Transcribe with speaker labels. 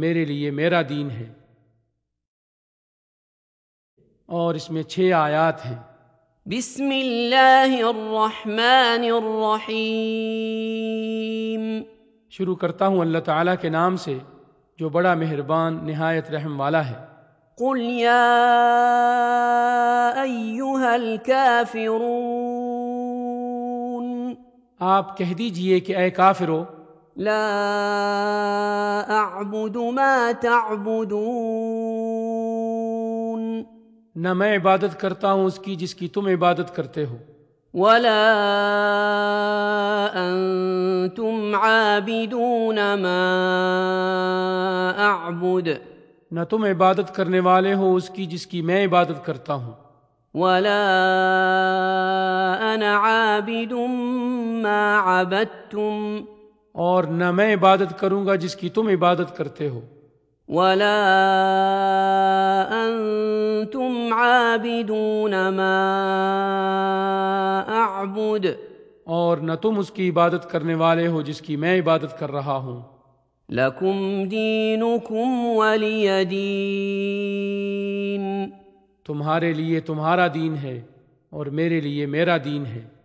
Speaker 1: میرے لیے میرا دین ہے اور اس میں چھ آیات ہیں
Speaker 2: بسم اللہ الرحمن الرحیم
Speaker 1: شروع کرتا ہوں اللہ تعالیٰ کے نام سے جو بڑا مہربان نہایت رحم والا ہے
Speaker 2: قل یا ایہا الكافرون
Speaker 1: آپ کہہ دیجئے کہ اے کافرو
Speaker 2: لا اعبد ما تعبدون
Speaker 1: نہ میں عبادت کرتا ہوں اس کی جس کی تم عبادت کرتے ہو
Speaker 2: ولا انتم عابدون ما اعبد
Speaker 1: نہ تم عبادت کرنے والے ہو اس کی جس کی میں عبادت کرتا ہوں
Speaker 2: ولا انا عابد ما عبدتم
Speaker 1: اور نہ میں عبادت کروں گا جس کی تم عبادت کرتے ہو
Speaker 2: ولا انتم عابدون ما اعبد
Speaker 1: اور نہ تم اس کی عبادت کرنے والے ہو جس کی میں عبادت کر رہا ہوں
Speaker 2: لكم دينكم ولي دين
Speaker 1: تمہارے لیے تمہارا دین ہے اور میرے لیے میرا دین ہے